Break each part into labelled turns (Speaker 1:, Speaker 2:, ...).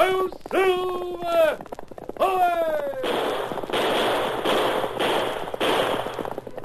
Speaker 1: Oh, Silver! Away!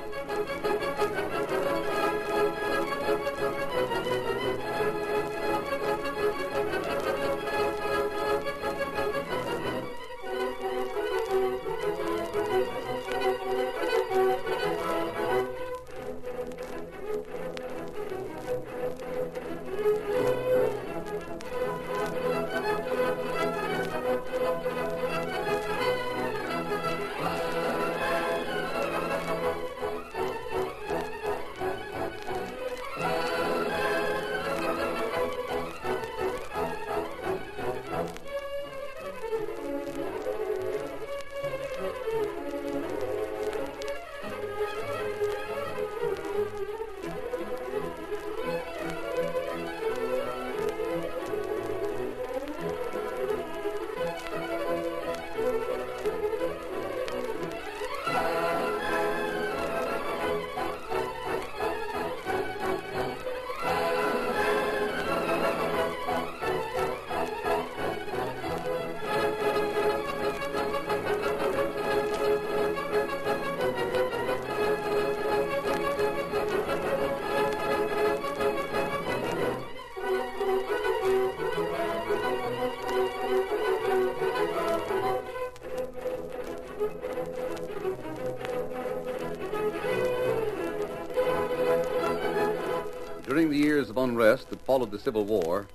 Speaker 2: During the years of unrest that followed the Civil War,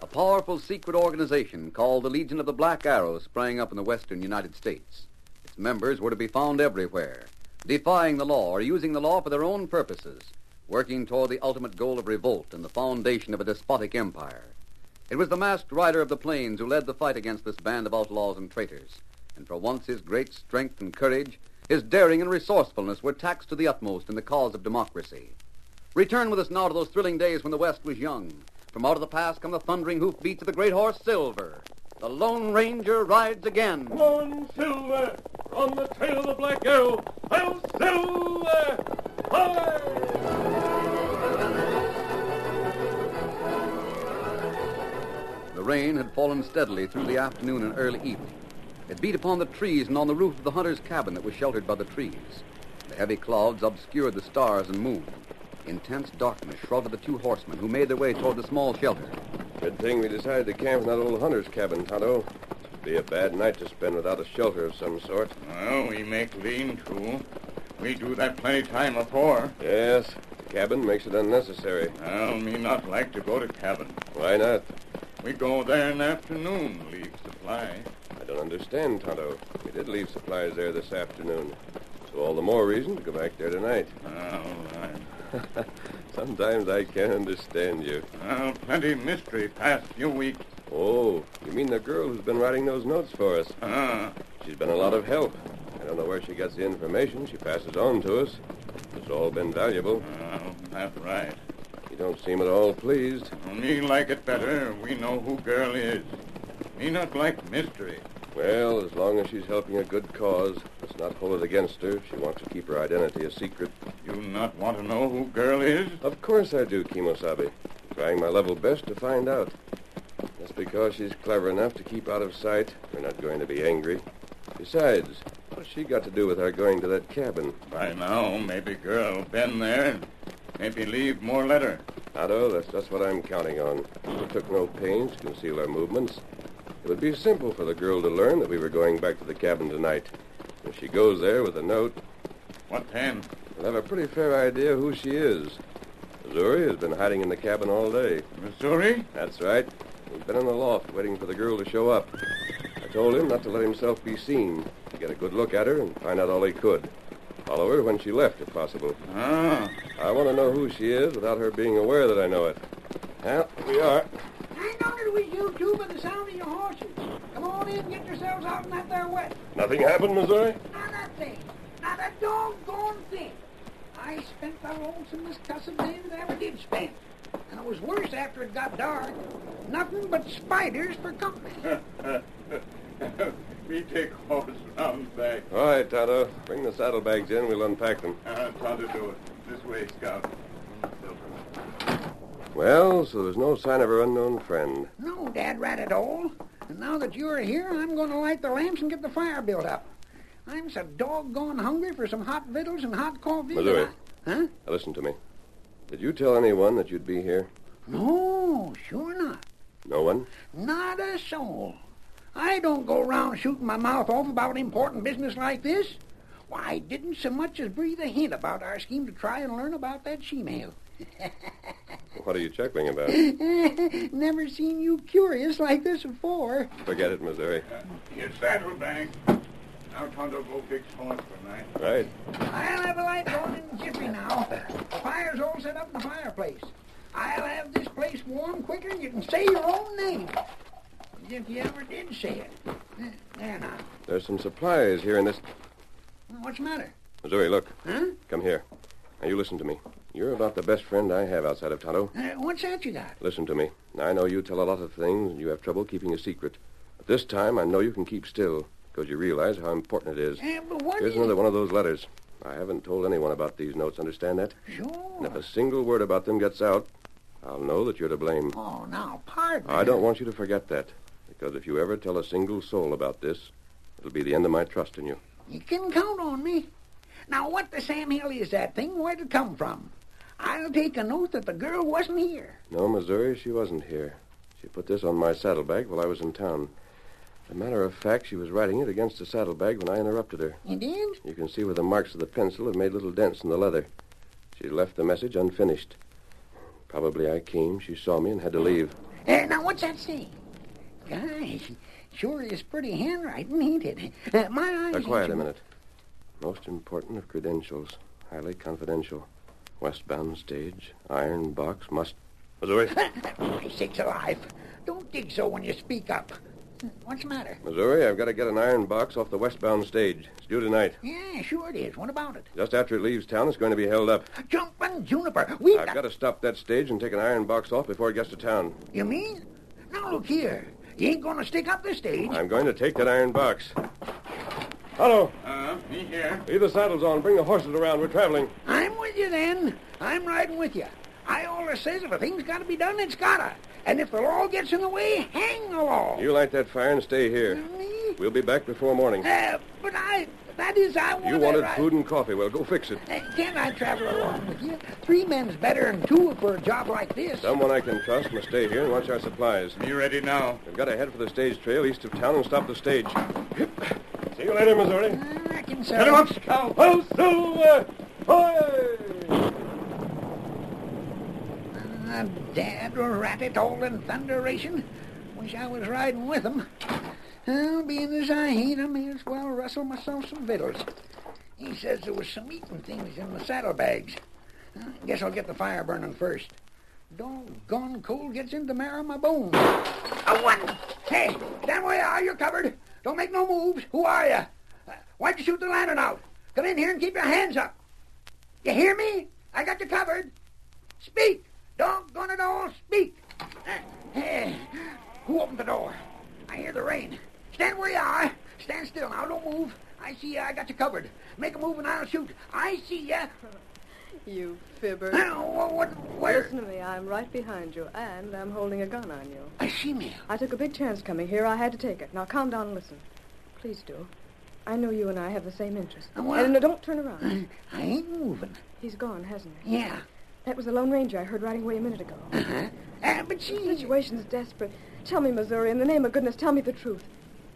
Speaker 2: a powerful secret organization called the Legion of the Black Arrow sprang up in the western United States. Its members were to be found everywhere, defying the law or using the law for their own purposes, working toward the ultimate goal of revolt and the foundation of a despotic empire. It was the masked rider of the plains who led the fight against this band of outlaws and traitors, and for once his great strength and courage, his daring and resourcefulness were taxed to the utmost in the cause of democracy. Return with us now to those thrilling days when the West was young. From out of the past come the thundering hoofbeats of the great horse Silver. The Lone Ranger rides again.
Speaker 1: Come on, Silver! We're on the trail of the Black Arrow! Oh, Silver! Away!
Speaker 2: The rain had fallen steadily through the afternoon and early evening. It beat upon the trees and on the roof of the hunter's cabin that was sheltered by the trees. The heavy clouds obscured the stars and moon. Intense darkness shrouded the two horsemen who made their way toward the small shelter.
Speaker 3: Good thing we decided to camp in that old hunter's cabin, Tonto. It'd be a bad night to spend without a shelter of some sort.
Speaker 4: Well, we make lean to. We do that plenty time afore.
Speaker 3: Yes, the cabin makes it unnecessary.
Speaker 4: Well, me not like to go to cabin.
Speaker 3: Why not?
Speaker 4: We go there in afternoon, leave supply.
Speaker 3: I don't understand, Tonto. We did leave supplies there this afternoon. So all the more reason to go back there tonight.
Speaker 4: All right.
Speaker 3: Sometimes I can't understand you.
Speaker 4: Well, plenty mystery past few weeks.
Speaker 3: Oh, you mean the girl who's been writing those notes for us?
Speaker 4: Ah,
Speaker 3: She's been a lot of help. I don't know where she gets the information she passes on to us. It's all been valuable.
Speaker 4: well, that's right.
Speaker 3: You don't seem at all pleased.
Speaker 4: Me like it better. We know who girl is. Me not like mystery.
Speaker 3: Well, as long as she's helping a good cause, let's not hold it against her if she wants to keep her identity a secret.
Speaker 4: You not want to know who girl is?
Speaker 3: Of course I do, Kimosabe. Trying my level best to find out. Just because she's clever enough to keep out of sight, we're not going to be angry. Besides, what's she got to do with our going to that cabin?
Speaker 4: By now, maybe girl been there and maybe leave more letter.
Speaker 3: Otto, that's just what I'm counting on. We took no pains to conceal our movements. It would be simple for the girl to learn that we were going back to the cabin tonight. If she goes there with a note,
Speaker 4: What then?
Speaker 3: We'll have a pretty fair idea who she is. Missouri has been hiding in the cabin all day.
Speaker 4: Missouri?
Speaker 3: That's right. He's been in the loft waiting for the girl to show up. I told him not to let himself be seen, to get a good look at her and find out all he could. Follow her when she left, if possible.
Speaker 4: Ah,
Speaker 3: I want to know who she is without her being aware that I know it. Well, here we are.
Speaker 5: I know it was you two by the sound of your horses. Come on on in and get yourselves out in that there wet.
Speaker 3: Nothing happened, Missouri?
Speaker 5: Not a thing. Not a doggone thing. I spent the lonesomest cussed day that I ever did spend. And it was worse after it got dark. Nothing but spiders for company.
Speaker 4: Me take horse round back.
Speaker 3: All right, Tonto. Bring the saddlebags in. We'll unpack them.
Speaker 4: Uh, that's how to do it. This way, Scout.
Speaker 3: Well, so there's no sign of her unknown friend.
Speaker 5: No, Dad Rat at all. And now that you're here, I'm going to light the lamps and get the fire built up. I'm so doggone hungry for some hot victuals and hot coffee. that
Speaker 3: Missouri.
Speaker 5: I- Huh?
Speaker 3: Now, listen to me. Did you tell anyone that you'd be here?
Speaker 5: No, sure not.
Speaker 3: No one?
Speaker 5: Not a soul. I don't go around shooting my mouth off about important business like this. Why, I didn't so much as breathe a hint about our scheme to try and learn about that she-male.
Speaker 3: What are you chuckling about?
Speaker 5: Never seen you curious like this before.
Speaker 3: Forget it, Missouri.
Speaker 4: Your saddlebag. Now, Tonto, go fix horse for night.
Speaker 3: All right.
Speaker 5: I'll have a light going in the jiffy now. The fire's all set up in the fireplace. I'll have this place warm quicker than you can say your own name. If you ever did say it. There now.
Speaker 3: There's some supplies here in this.
Speaker 5: What's the matter?
Speaker 3: Missouri, look.
Speaker 5: Huh?
Speaker 3: Come here. Now, you listen to me. You're about the best friend I have outside of Tonto.
Speaker 5: Uh, what's that you got?
Speaker 3: Listen to me. I know you tell a lot of things and you have trouble keeping a secret. But this time, I know you can keep still because you realize how important it is.
Speaker 5: Uh, but what
Speaker 3: Here's
Speaker 5: is-
Speaker 3: another one of those letters. I haven't told anyone about these notes, understand that? And if
Speaker 5: Sure.
Speaker 3: a single word about them gets out, I'll know that you're to blame.
Speaker 5: Oh, now, pardon.
Speaker 3: I don't want you to forget that because if you ever tell a single soul about this, it'll be the end of my trust in you.
Speaker 5: You can count on me. Now, what the Sam Hill is that thing? Where'd it come from? I'll take an oath that the girl wasn't here.
Speaker 3: No, Missouri, she wasn't here. She put this on my saddlebag while I was in town. As a matter of fact, she was writing it against the saddlebag when I interrupted her.
Speaker 5: You did?
Speaker 3: You can see where the marks of the pencil have made little dents in the leather. She left the message unfinished. Probably I came, she saw me, and had to leave.
Speaker 5: Uh, now, what's that say? Gosh, sure is pretty handwriting, ain't it? Uh, my eyes.
Speaker 3: Now,
Speaker 5: ain't
Speaker 3: quiet a
Speaker 5: so-
Speaker 3: minute. Most important of credentials. Highly confidential. Westbound stage. Iron box must. Missouri?
Speaker 5: My sakes alive. Don't dig so when you speak up. What's the matter?
Speaker 3: Missouri, I've got to get an iron box off the westbound stage. It's due tonight.
Speaker 5: Yeah, sure it is. What about it?
Speaker 3: Just after it leaves town, it's going to be held up.
Speaker 5: Jumpin' Juniper. We've
Speaker 3: I've got to stop that stage and take an iron box off before it gets to town.
Speaker 5: You mean? Now, look here. You ain't gonna stick up this stage.
Speaker 3: I'm going to take that iron box. Hello.
Speaker 4: Uh, me here.
Speaker 3: Leave the saddles on. Bring the horses around. We're traveling.
Speaker 5: I'm with you then. I'm riding with you. I always says if a thing's got to be done, it's gotta. And if the law gets in the way, hang the law.
Speaker 3: You light that fire and stay here.
Speaker 5: Me?
Speaker 3: We'll be back before morning.
Speaker 5: Uh, but I, that is, I want
Speaker 3: You
Speaker 5: to
Speaker 3: wanted
Speaker 5: ride-
Speaker 3: food and coffee. Well, go fix it.
Speaker 5: Uh, can't I travel along with you? Three men's better than two for a job like this.
Speaker 3: Someone I can trust must stay here and watch our supplies.
Speaker 4: Me ready now.
Speaker 3: We've got to head for the stage trail east of town and stop the stage. See you later, Missouri.
Speaker 5: I can
Speaker 4: Get him
Speaker 5: sell.
Speaker 4: up, Scout.
Speaker 3: Oh, Silver! Hoy!
Speaker 5: Uh, dad, rat it all in thunderation. Wish I was riding with them. Well, being as I hate 'em, may as well rustle myself some victuals. He says there was some eating things in the saddlebags. Uh, guess I'll get the fire burning first. Doggone cold gets into the marrow of my bones. A one. Hey, stand where you are. You're covered. Don't make no moves. Who are you? Uh, why'd you shoot the lantern out? Come in here and keep your hands up. You hear me? I got you covered. Speak! Doggone it all, speak! Uh, eh, who opened the door? I hear the rain. Stand where you are. Stand still now. Don't move. I see you. I got you covered. Make a move and I'll shoot. I see you.
Speaker 6: You fibber.
Speaker 5: Now, what, what, where?
Speaker 6: Listen to me. I'm right behind you, and I'm holding a gun on you.
Speaker 5: A she-male.
Speaker 6: I took a big chance coming here. I had to take it. Now calm down and listen. Please do. I know you and I have the same interest.
Speaker 5: Uh, well-
Speaker 6: And no, don't turn around.
Speaker 5: I ain't moving.
Speaker 6: He's gone, hasn't he?
Speaker 5: Yeah.
Speaker 6: That was the Lone Ranger I heard riding away a minute ago.
Speaker 5: Uh-huh. Uh, but
Speaker 6: The
Speaker 5: she...
Speaker 6: situation's desperate. Tell me, Missouri, in the name of goodness, tell me the truth.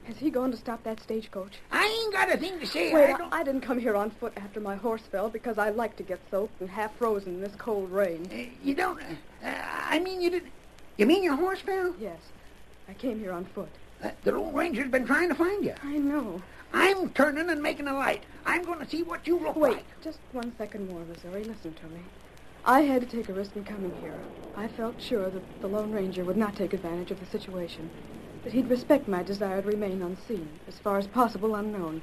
Speaker 6: Has he gone to stop that stagecoach?
Speaker 5: I ain't got a thing to say.
Speaker 6: Wait,
Speaker 5: I don't...
Speaker 6: I, I didn't come here on foot after my horse fell because I like to get soaked and half frozen in this cold rain.
Speaker 5: Uh, you don't... Uh, I mean, you didn't... You mean your horse fell?
Speaker 6: Yes, I came here on foot.
Speaker 5: Uh, the Lone Ranger's been trying to find you.
Speaker 6: I know.
Speaker 5: I'm turning and making a light. I'm going to see what you look
Speaker 6: Wait,
Speaker 5: like.
Speaker 6: just one second more, Missouri. Listen to me. I had to take a risk in coming here. I felt sure that the Lone Ranger would not take advantage of the situation. that he'd respect my desire to remain unseen, as far as possible unknown.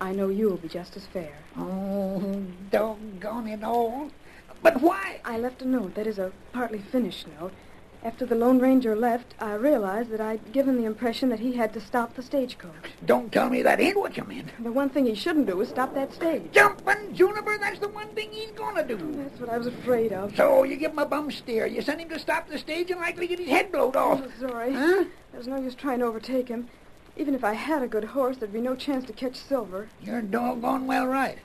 Speaker 6: I know you'll be just as fair.
Speaker 5: Oh, doggone it all. But why?
Speaker 6: I left a note, that is a partly finished note. After the Lone Ranger left, I realized that I'd given the impression that he had to stop the stagecoach.
Speaker 5: Don't tell me that ain't what you meant.
Speaker 6: The one thing he shouldn't do is stop that stage.
Speaker 5: Jumpin' Juniper, that's the one thing he's gonna do.
Speaker 6: That's what I was afraid of.
Speaker 5: So you give him a bum steer, you send him to stop the stage and likely get his head blowed off.
Speaker 6: I'm sorry.
Speaker 5: Huh?
Speaker 6: There's no use trying to overtake him. Even if I had a good horse, there'd be no chance to catch Silver.
Speaker 5: You're doggone well right.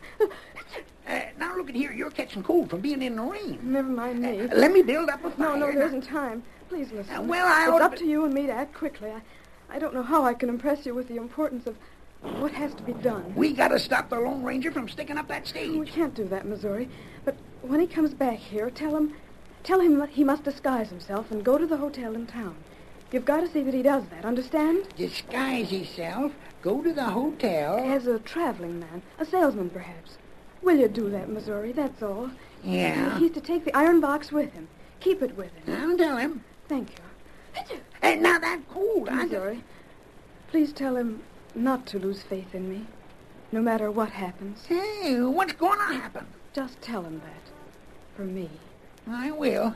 Speaker 5: Uh, now look at here, you're catching cold from being in the rain.
Speaker 6: Never mind me.
Speaker 5: Let me build up a
Speaker 6: No,
Speaker 5: fire.
Speaker 6: no, there isn't time. Please listen.
Speaker 5: Uh, well, I
Speaker 6: It's
Speaker 5: oughta
Speaker 6: up
Speaker 5: be-
Speaker 6: to you and me to act quickly. I, I don't know how I can impress you with the importance of what has to be done.
Speaker 5: We gotta stop the Lone Ranger from sticking up that
Speaker 6: We
Speaker 5: stage.
Speaker 6: can't do that, Missouri. But when he comes back here, tell him, tell him that he must disguise himself and go to the hotel in town. You've got to see that he does that. Understand?
Speaker 5: Disguise himself, go to the hotel.
Speaker 6: As a traveling man, a salesman, perhaps. Will you do that, Missouri? That's all.
Speaker 5: Yeah.
Speaker 6: He's to take the iron box with him. Keep it with him.
Speaker 5: I'll tell him.
Speaker 6: Thank you.
Speaker 5: Hey, now that's cold. I
Speaker 6: I'm sorry. Please tell him not to lose faith in me, no matter what happens.
Speaker 5: Hey, what's gonna happen?
Speaker 6: Just tell him that, for me.
Speaker 5: I will.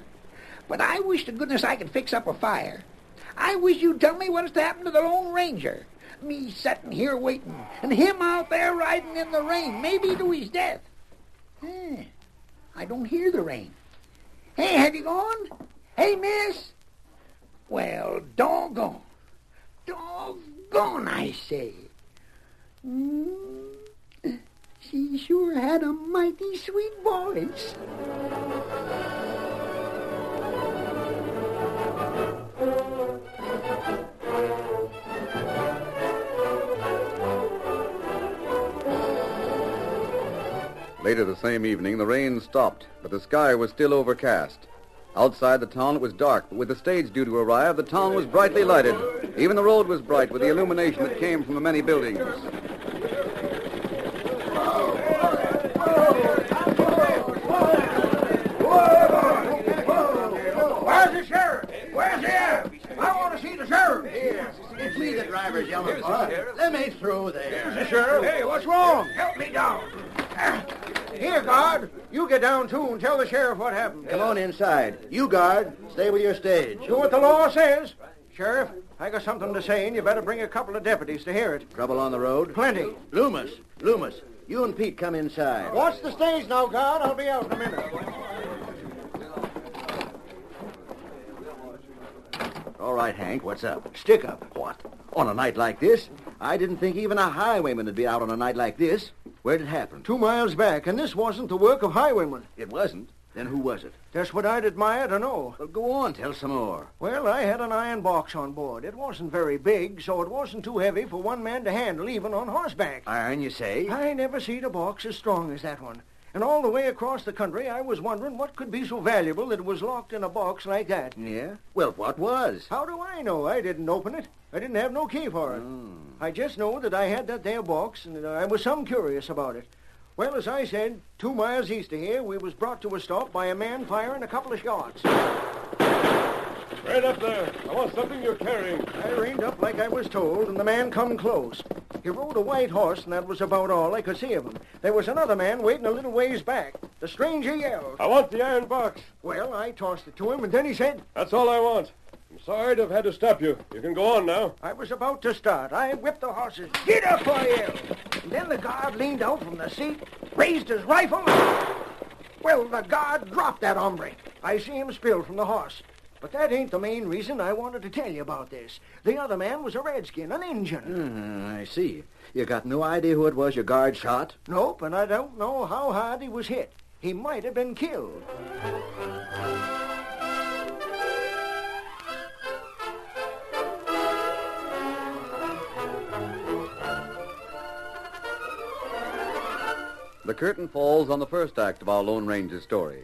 Speaker 5: But I wish to goodness I could fix up a fire. I wish you'd tell me what's to happen to the Lone Ranger. Me sitting here waiting, and him out there riding in the rain, maybe to his death. Eh, I don't hear the rain. Hey, have you gone? Hey, miss? Well, doggone. Doggone, I say. Mm, she sure had a mighty sweet voice.
Speaker 2: Later the same evening, the rain stopped, but the sky was still overcast. Outside the town it was dark, but with the stage due to arrive, the town was brightly lighted. Even the road was bright with the illumination that came from the many buildings.
Speaker 5: Where's the sheriff? Where's the sheriff? I want to see the sheriff. It's me, the driver, gentlemen. Let me through there. sheriff. Hey, what's wrong? Help me down. Here, guard. You get down, too, and tell the sheriff what happened. Come on inside. You, guard, stay with your stage. Do what the law says. Sheriff, I got something to say, and you better bring a couple of deputies to hear it. Trouble on the road? Plenty. Loomis, Loomis, you and Pete come inside. Watch the stage now, guard. I'll be out in a minute. All right, Hank, what's up? Stick up. What? On a night like this? I didn't think even a highwayman would be out on a night like this. Where'd it happen? Two miles back, and this wasn't the work of highwaymen. It wasn't? Then who was it?
Speaker 7: That's what I'd admire to know.
Speaker 5: Well, go on, tell some more.
Speaker 7: Well, I had an iron box on board. It wasn't very big, so it wasn't too heavy for one man to handle, even on horseback.
Speaker 5: Iron, you say?
Speaker 7: I never seen a box as strong as that one. And all the way across the country, I was wondering what could be so valuable that it was locked in a box like that.
Speaker 5: Yeah? Well, what was?
Speaker 7: How do I know? I didn't open it. I didn't have no key for it.
Speaker 8: Hmm.
Speaker 7: I just know that I had that there box, and that I was some curious about it. Well, as I said, two miles east of here, we was brought to a stop by a man firing a couple of shots.
Speaker 4: Right up there. I want something you're carrying.
Speaker 7: I reined up like I was told, and the man come close. He rode a white horse, and that was about all I could see of him. There was another man waiting a little ways back. The stranger yelled.
Speaker 4: I want the
Speaker 3: Oh.
Speaker 4: iron box.
Speaker 7: Well, I tossed it to him, and then he said,
Speaker 4: That's all I want. I'm sorry to have had to stop you. You can go on now.
Speaker 7: I was about to start. I whipped the horses. Get up, I yelled. And then the guard leaned out from the seat, raised his rifle. and- Well, the guard dropped that hombre. I see him spill from the horse. But that ain't the main reason I wanted to tell you about this. The other man was a redskin, an Injun.
Speaker 5: Ah, I see. You got no idea who it was your guard shot?
Speaker 7: Nope, and I don't know how hard he was hit. He might have been killed.
Speaker 2: The curtain falls on the first act of our Lone Ranger's story.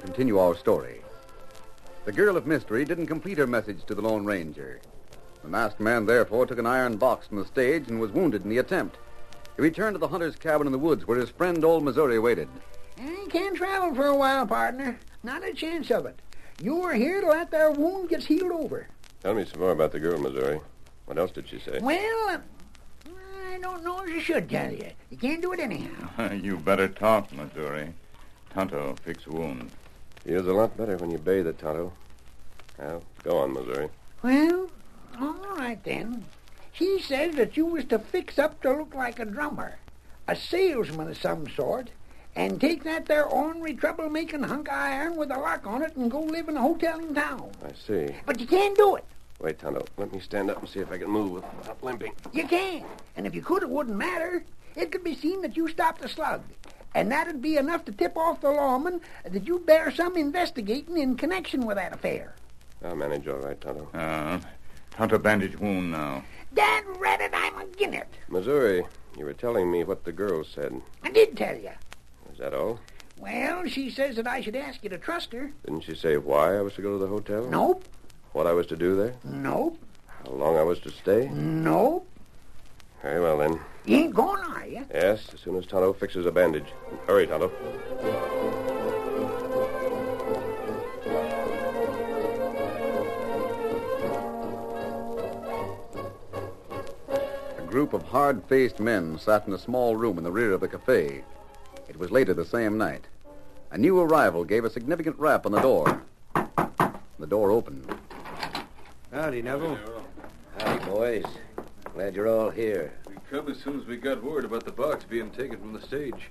Speaker 2: continue our story. The girl of mystery didn't complete her message to the Lone Ranger. The masked man, therefore, took an iron box from the stage and was wounded in the attempt. He returned to the hunter's cabin in the woods where his friend Old Missouri waited.
Speaker 5: I can't travel for a while, partner. Not a chance of it. You were here till that there wound gets healed over.
Speaker 8: Tell me some more about the girl, Missouri. What else did she say?
Speaker 5: Well, um, I don't know as I should tell you. You can't do it anyhow.
Speaker 9: you better talk, Missouri. Tonto fix wound.
Speaker 8: Feels a lot better when you bathe it, Tonto. Well, go on, Missouri.
Speaker 5: Well, all right then. She says that you was to fix up to look like a drummer, a salesman of some sort, and take that there ornery trouble-making hunk of iron with a lock on it and go live in a hotel in town.
Speaker 8: I see.
Speaker 5: But you can't do it.
Speaker 8: Wait, Tonto. Let me stand up and see if I can move without limping.
Speaker 5: You can't. And if you could, it wouldn't matter. It could be seen that you stopped a slug. And that'd be enough to tip off the lawman that you bear some investigating in connection with that affair.
Speaker 8: I'll manage all right, Tonto.
Speaker 9: Uh, Tonto bandage wound now.
Speaker 5: Dad ratted, I'm agin it.
Speaker 8: Missouri, you were telling me what the girl said.
Speaker 5: I did tell you.
Speaker 8: Is that all?
Speaker 5: Well, she says that I should ask you to trust her.
Speaker 8: Didn't she say why I was to go to the hotel?
Speaker 5: Nope,
Speaker 8: What I was to do there?
Speaker 5: nope,
Speaker 8: How long I was to stay?
Speaker 5: nope.
Speaker 8: Very well, then.
Speaker 5: You ain't going, are you?
Speaker 8: Yes, as soon as Tonto fixes a bandage. Hurry, Tonto.
Speaker 2: A group of hard-faced men sat in a small room in the rear of the cafe. It was later the same night. A new arrival gave a significant rap on the door. The door opened.
Speaker 10: Howdy, Neville.
Speaker 3: Howdy, boys. Glad you're all here.
Speaker 4: We come as soon as we got word about the box being taken from the stage.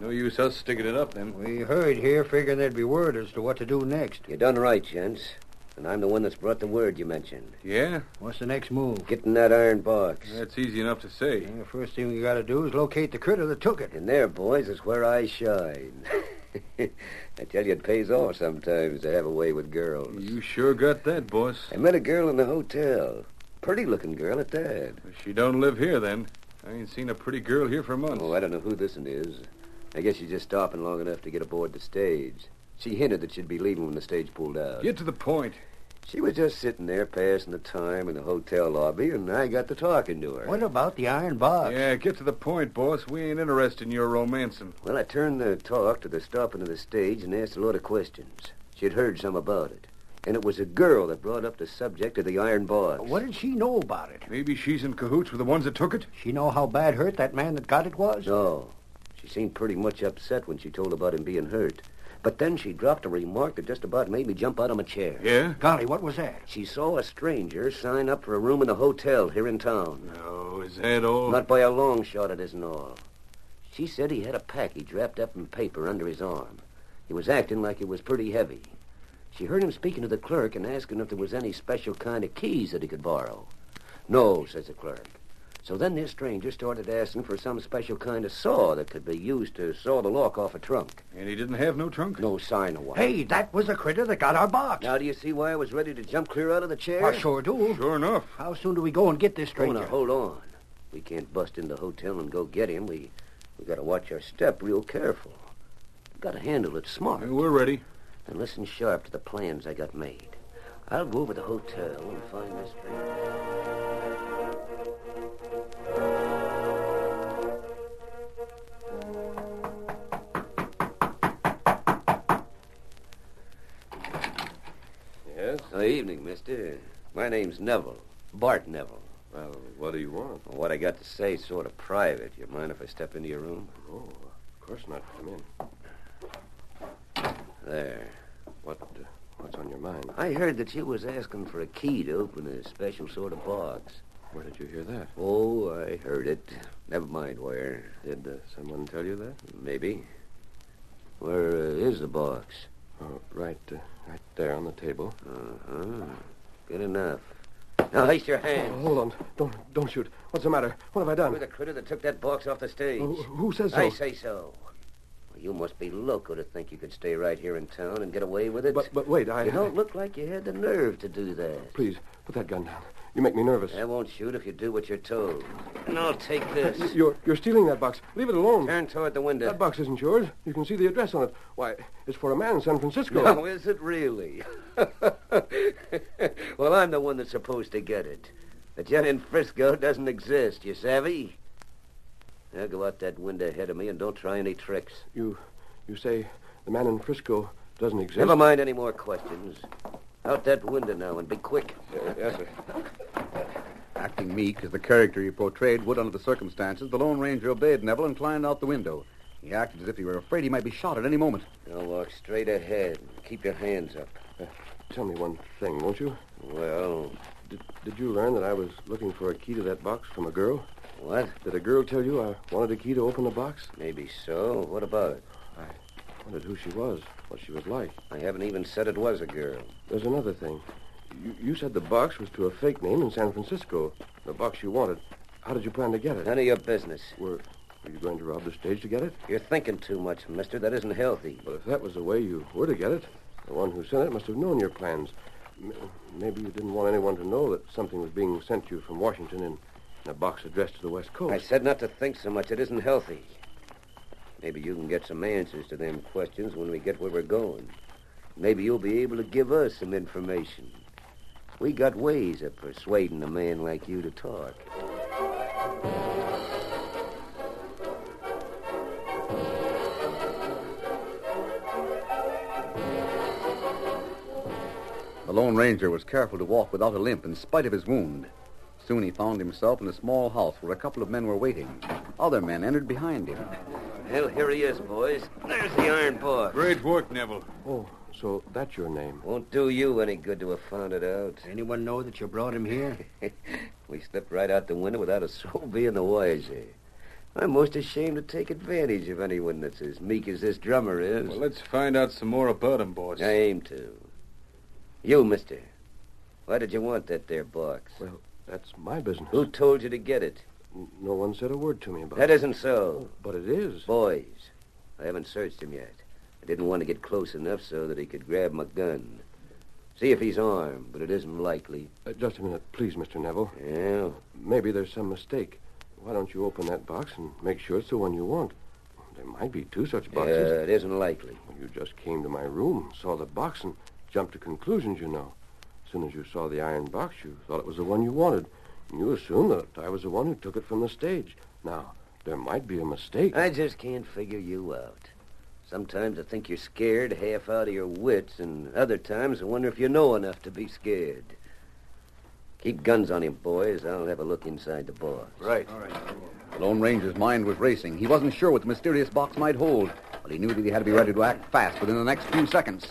Speaker 4: No use us sticking it up then.
Speaker 10: We hurried here figuring there'd be word as to what to do next.
Speaker 3: You done right, gents. And I'm the one that's brought the word you mentioned.
Speaker 4: Yeah?
Speaker 10: What's the next move?
Speaker 3: Getting that iron box.
Speaker 4: That's easy enough to say.
Speaker 10: The first thing we gotta do is locate the critter that took it.
Speaker 3: And there, boys, is where I shine. I tell you, it pays off sometimes to have a way with girls.
Speaker 4: You sure got that, boss.
Speaker 3: I met a girl in the hotel. Pretty looking girl at that.
Speaker 4: She don't live here then. I ain't seen a pretty girl here for months.
Speaker 3: Oh, I don't know who this one is. I guess she's just stopping long enough to get aboard the stage. She hinted that she'd be leaving when the stage pulled out.
Speaker 4: Get to the point.
Speaker 3: She was just sitting there passing the time in the hotel lobby, and I got to talking to her.
Speaker 10: What about the iron box?
Speaker 4: Yeah, get to the point, boss. We ain't interested in your romancing.
Speaker 3: Well, I turned the talk to the stopping of the stage and asked a lot of questions. She'd heard some about it. And it was a girl that brought up the subject of the iron box.
Speaker 10: What did she know about it?
Speaker 4: Maybe she's in cahoots with the ones that took it?
Speaker 10: She know how bad hurt that man that got it was?
Speaker 3: No. She seemed pretty much upset when she told about him being hurt. But then she dropped a remark that just about made me jump out of my chair.
Speaker 4: Yeah?
Speaker 10: Golly, what was that?
Speaker 3: She saw a stranger sign up for a room in a hotel here in town.
Speaker 4: No, is that all?
Speaker 3: Not by a long shot, it isn't all. She said he had a package wrapped up in paper under his arm. He was acting like it was pretty heavy. She heard him speaking to the clerk and asking if there was any special kind of keys that he could borrow. No, says the clerk. So then this stranger started asking for some special kind of saw that could be used to saw the lock off a trunk.
Speaker 4: And he didn't have no trunk?
Speaker 3: No sign of one.
Speaker 10: Hey, that was the critter that got our box.
Speaker 3: Now do you see why I was ready to jump clear out of the chair?
Speaker 10: I sure do.
Speaker 4: Sure enough.
Speaker 10: How soon do we go and get this
Speaker 3: Oh, now,
Speaker 10: stranger?
Speaker 3: hold on. We can't bust into the hotel and go get him. We we gotta watch our step real careful. Gotta handle it smart.
Speaker 4: Uh, We're ready.
Speaker 3: And listen sharp to the plans I got made. I'll go over to the hotel and find this stranger.
Speaker 8: Yes?
Speaker 3: Good evening, mister. My name's Neville. Bart Neville.
Speaker 8: Well, what do you want?
Speaker 3: What I got to say is sort of private. You mind if I step into your room?
Speaker 8: Oh, of course not. Come in.
Speaker 3: There.
Speaker 8: What, uh, what's on your mind?
Speaker 3: I heard that you was asking for a key to open a special sort of box.
Speaker 8: Where did you hear that?
Speaker 3: Oh, I heard it. Never mind where.
Speaker 8: Did uh, someone tell you that?
Speaker 3: Maybe. Where uh, is the box?
Speaker 8: Oh, right, uh, right there on the table.
Speaker 3: Uh-huh. Good enough. Now hoist your
Speaker 8: Oh,
Speaker 3: hands.
Speaker 8: hold on. Don't, don't shoot. What's the matter? What have I
Speaker 3: You're
Speaker 8: done? Oh,
Speaker 3: the critter that took that box off the stage.
Speaker 8: Who, who says so?
Speaker 3: I say Uh, so. Well, you must be loco to think you could stay right here in town and get away with it.
Speaker 8: But, but wait, I...
Speaker 3: you don't look like you had the nerve to do that.
Speaker 8: Please, put that gun down.
Speaker 3: You make me nervous.
Speaker 5: I won't shoot if you do what you're told. And I'll take this.
Speaker 3: Y- You're, you're stealing that box. Leave it alone.
Speaker 5: Turn toward the window.
Speaker 3: That box isn't yours. You can see the address on it. Why, it's for a man in San Francisco.
Speaker 5: No, is it really? well, I'm the one that's supposed to get it. The jet in Frisco doesn't exist, you savvy? Now go out that window ahead of me and don't try any tricks.
Speaker 3: You, you say the man in Frisco doesn't exist.
Speaker 5: Never mind any more questions. Out that window now and be quick.
Speaker 8: Uh-huh.
Speaker 3: Yes, sir.
Speaker 2: Acting meek as the character he portrayed would under the circumstances, the Lone Ranger obeyed Neville and climbed out the window. He acted as if he were afraid he might be shot at any moment.
Speaker 5: Now walk straight ahead. Keep your hands up.
Speaker 3: Tell me one thing, won't you?
Speaker 5: Well,
Speaker 3: Did, did you learn that I was looking for a key to that box from a girl?
Speaker 5: what?
Speaker 3: Did a girl tell you I wanted a key to open the box?
Speaker 5: Maybe so. What about it?
Speaker 3: I wondered who she was, what she was like.
Speaker 5: I haven't even said it was a girl.
Speaker 3: There's another thing. You, you said the box was to a fake name in San Francisco. The box you wanted. How did you plan to get it?
Speaker 5: None of your business.
Speaker 3: Were, were you going to rob the stage to get it?
Speaker 5: You're thinking too much, mister. That isn't healthy.
Speaker 3: But if that was the way you were to get it, the one who sent it must have known your plans. M- maybe you didn't want anyone to know that something was being sent you from Washington in, in a box addressed to the West Coast.
Speaker 5: I said not to think so much. It isn't healthy. Maybe you can get some answers to them questions when we get where we're going. Maybe you'll be able to give us some information. We got ways of persuading a man like you to talk.
Speaker 2: The Lone Ranger was careful to walk without a limp in spite of his wound. Soon he found himself in a small house where a couple of men were waiting. Other men entered behind him.
Speaker 5: Well, here he is, boys. There's the iron bar.
Speaker 4: Great work, Neville.
Speaker 3: Oh, so that's your name.
Speaker 5: Won't do you any good to have found it out.
Speaker 11: Anyone know that you brought him here?
Speaker 5: We slipped right out the window without a soul being the wiser. I'm most ashamed to take advantage of anyone that's as meek as this drummer is.
Speaker 4: Well, let's find out some more about him, boss.
Speaker 5: I aim to. You, mister. Why did you want that there box?
Speaker 3: Well- That's my business.
Speaker 5: Who told you to get it?
Speaker 3: N- No one said a word to me about
Speaker 5: That
Speaker 3: it.
Speaker 5: isn't so.
Speaker 3: But it is.
Speaker 5: Boys, I haven't searched him yet. I didn't want to get close enough so that he could grab my gun. See if he's armed, but it isn't likely.
Speaker 3: Uh, just a minute, please, Mr. Neville.
Speaker 5: Well,
Speaker 3: Maybe there's some mistake. Why don't you open that box and make sure it's the one you want? There might be two such
Speaker 5: uh,
Speaker 3: boxes.
Speaker 5: it isn't likely.
Speaker 3: You just came to my room, saw the box, and jumped to conclusions, you know. As soon as you saw the iron box, you thought it was the one you wanted. And you assumed that I was the one who took it from the stage. Now, there might be a mistake.
Speaker 5: I just can't figure you out. Sometimes I think you're scared half out of your wits, and other times I wonder if you know enough to be scared. Keep guns on him, boys. I'll have a look inside the bar.
Speaker 2: Right. All right. The Lone Ranger's mind was racing. He wasn't sure what the mysterious box might hold, but he knew that he had to be ready to act fast within the next few seconds.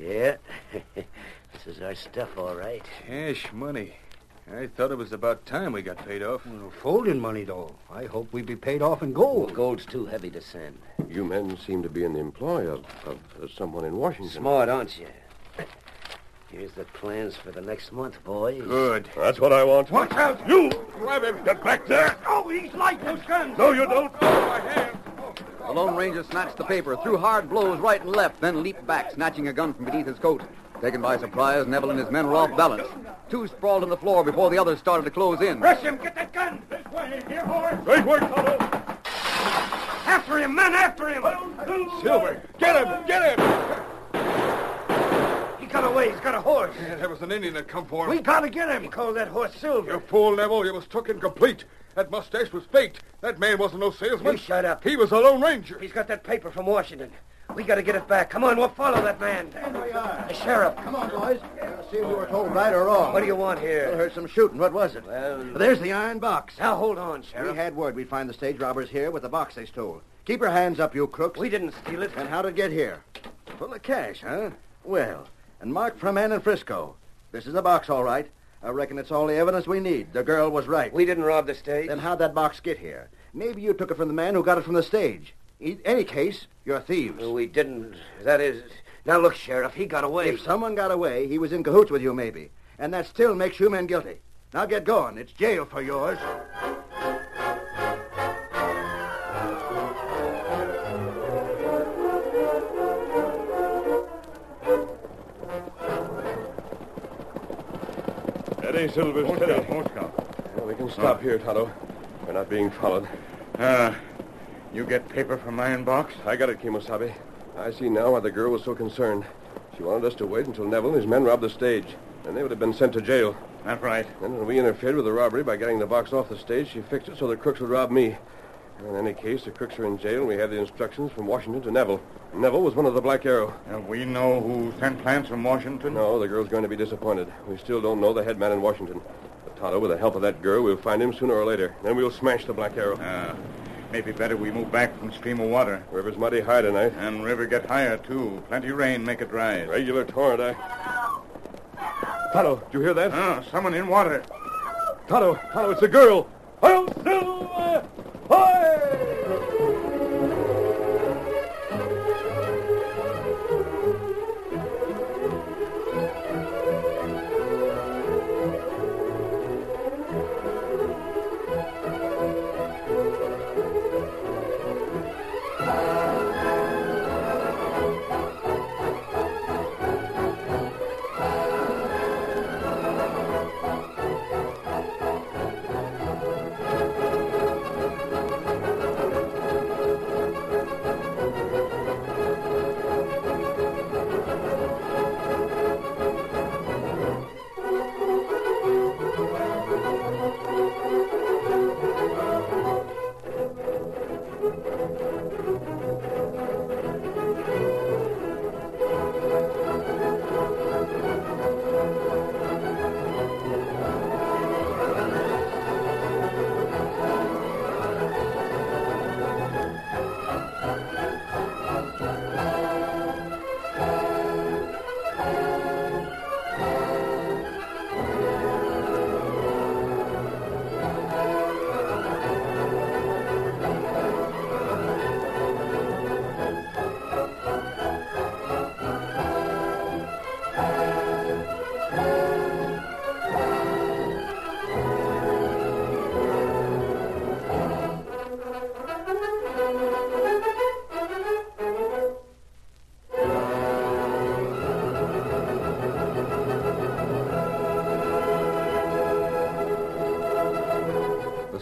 Speaker 5: Yeah. this is our stuff, all right.
Speaker 4: Cash money. I thought it was about time we got paid off.
Speaker 11: Folding money, though. I hope we be paid off in
Speaker 5: Oh,
Speaker 11: gold.
Speaker 5: gold's too heavy to send.
Speaker 3: You men seem to be in the employ of, of uh, someone in Washington.
Speaker 5: Smart, aren't you? Hmm. Here's the plans for the next month, boys.
Speaker 4: Good.
Speaker 3: That's what I want.
Speaker 12: Watch out, you! Grab him! Get back there! Oh, he's like those guns! No, you don't!
Speaker 2: The Lone Ranger snatched the paper, threw hard blows right and left, then leaped back, snatching a gun from beneath his coat. Taken by surprise, Neville and his men were off balance. Two sprawled on the floor before the others started to close in.
Speaker 12: Rush him! Get that gun! This way, here, boy! Great work, fellow! After him, men, after him! Silver! Get him! Get him!
Speaker 13: He got away. He's got a horse.
Speaker 4: Yeah, that was an Indian that come for him.
Speaker 13: We gotta get him. He called that horse Silver.
Speaker 4: You fool, Neville. You was took incomplete. That mustache was faked. That man wasn't no salesman.
Speaker 13: You shut up.
Speaker 4: He was a Lone Ranger.
Speaker 13: He's got that paper from Washington. We gotta get it back. Come on, we'll follow that man. The sheriff. Come on, boys.
Speaker 11: See if we were told right or wrong.
Speaker 13: What do you want
Speaker 11: I
Speaker 13: here?
Speaker 11: heard some shooting. What was it?
Speaker 5: Well,
Speaker 11: There's the iron box.
Speaker 13: Now hold on,
Speaker 11: We
Speaker 13: sheriff.
Speaker 11: had word we'd find the stage robbers here with the box they stole. Keep your hands up, you crooks.
Speaker 13: We didn't steal it.
Speaker 11: And how'd it get here? Full of cash, huh? Well, and marked for a man in Frisco. This is the box, all right. I reckon it's all the evidence we need. The girl was right.
Speaker 5: We didn't rob the stage.
Speaker 11: Then how'd that box get here? Maybe you took it from the man who got it from the stage. In any case, you're thieves.
Speaker 5: We didn't. That is. Now look, sheriff. He got away.
Speaker 11: If someone got away, he was in cahoots with you, maybe. And that still makes you men guilty. Now get going. It's jail for yours.
Speaker 3: Steady, Silver, steady. Well, we can stop here, Tonto. We're not being followed.
Speaker 4: Ah,
Speaker 3: Uh, you get paper from my inbox? I got it, Kimosabe. I see now why the girl was so concerned. She wanted us to wait until Neville and his men robbed the stage. Then they would have been sent to jail. That's right. Then when we interfered with the robbery by getting the box off the stage, she fixed it so the crooks would rob me. In any case, the crooks are in jail, and we have the instructions from Washington to Neville. Neville was one of the Black Arrow.
Speaker 4: And we know who sent plans from Washington?
Speaker 3: No, the girl's going to be disappointed. We still don't know the head man in Washington. But Tonto, with the help of that girl, we'll find him sooner or later. Then we'll smash the Black Arrow. Ah,
Speaker 4: Uh, maybe better we move back from stream of water.
Speaker 3: River's muddy high tonight.
Speaker 4: And river get higher, too. Plenty rain, make it rise.
Speaker 3: Regular torrent, I... Tonto, did you hear that?
Speaker 4: Ah, someone in water.
Speaker 3: Tonto, Tonto, it's the girl. eh,
Speaker 14: Hail, Silver! Hoy!
Speaker 2: The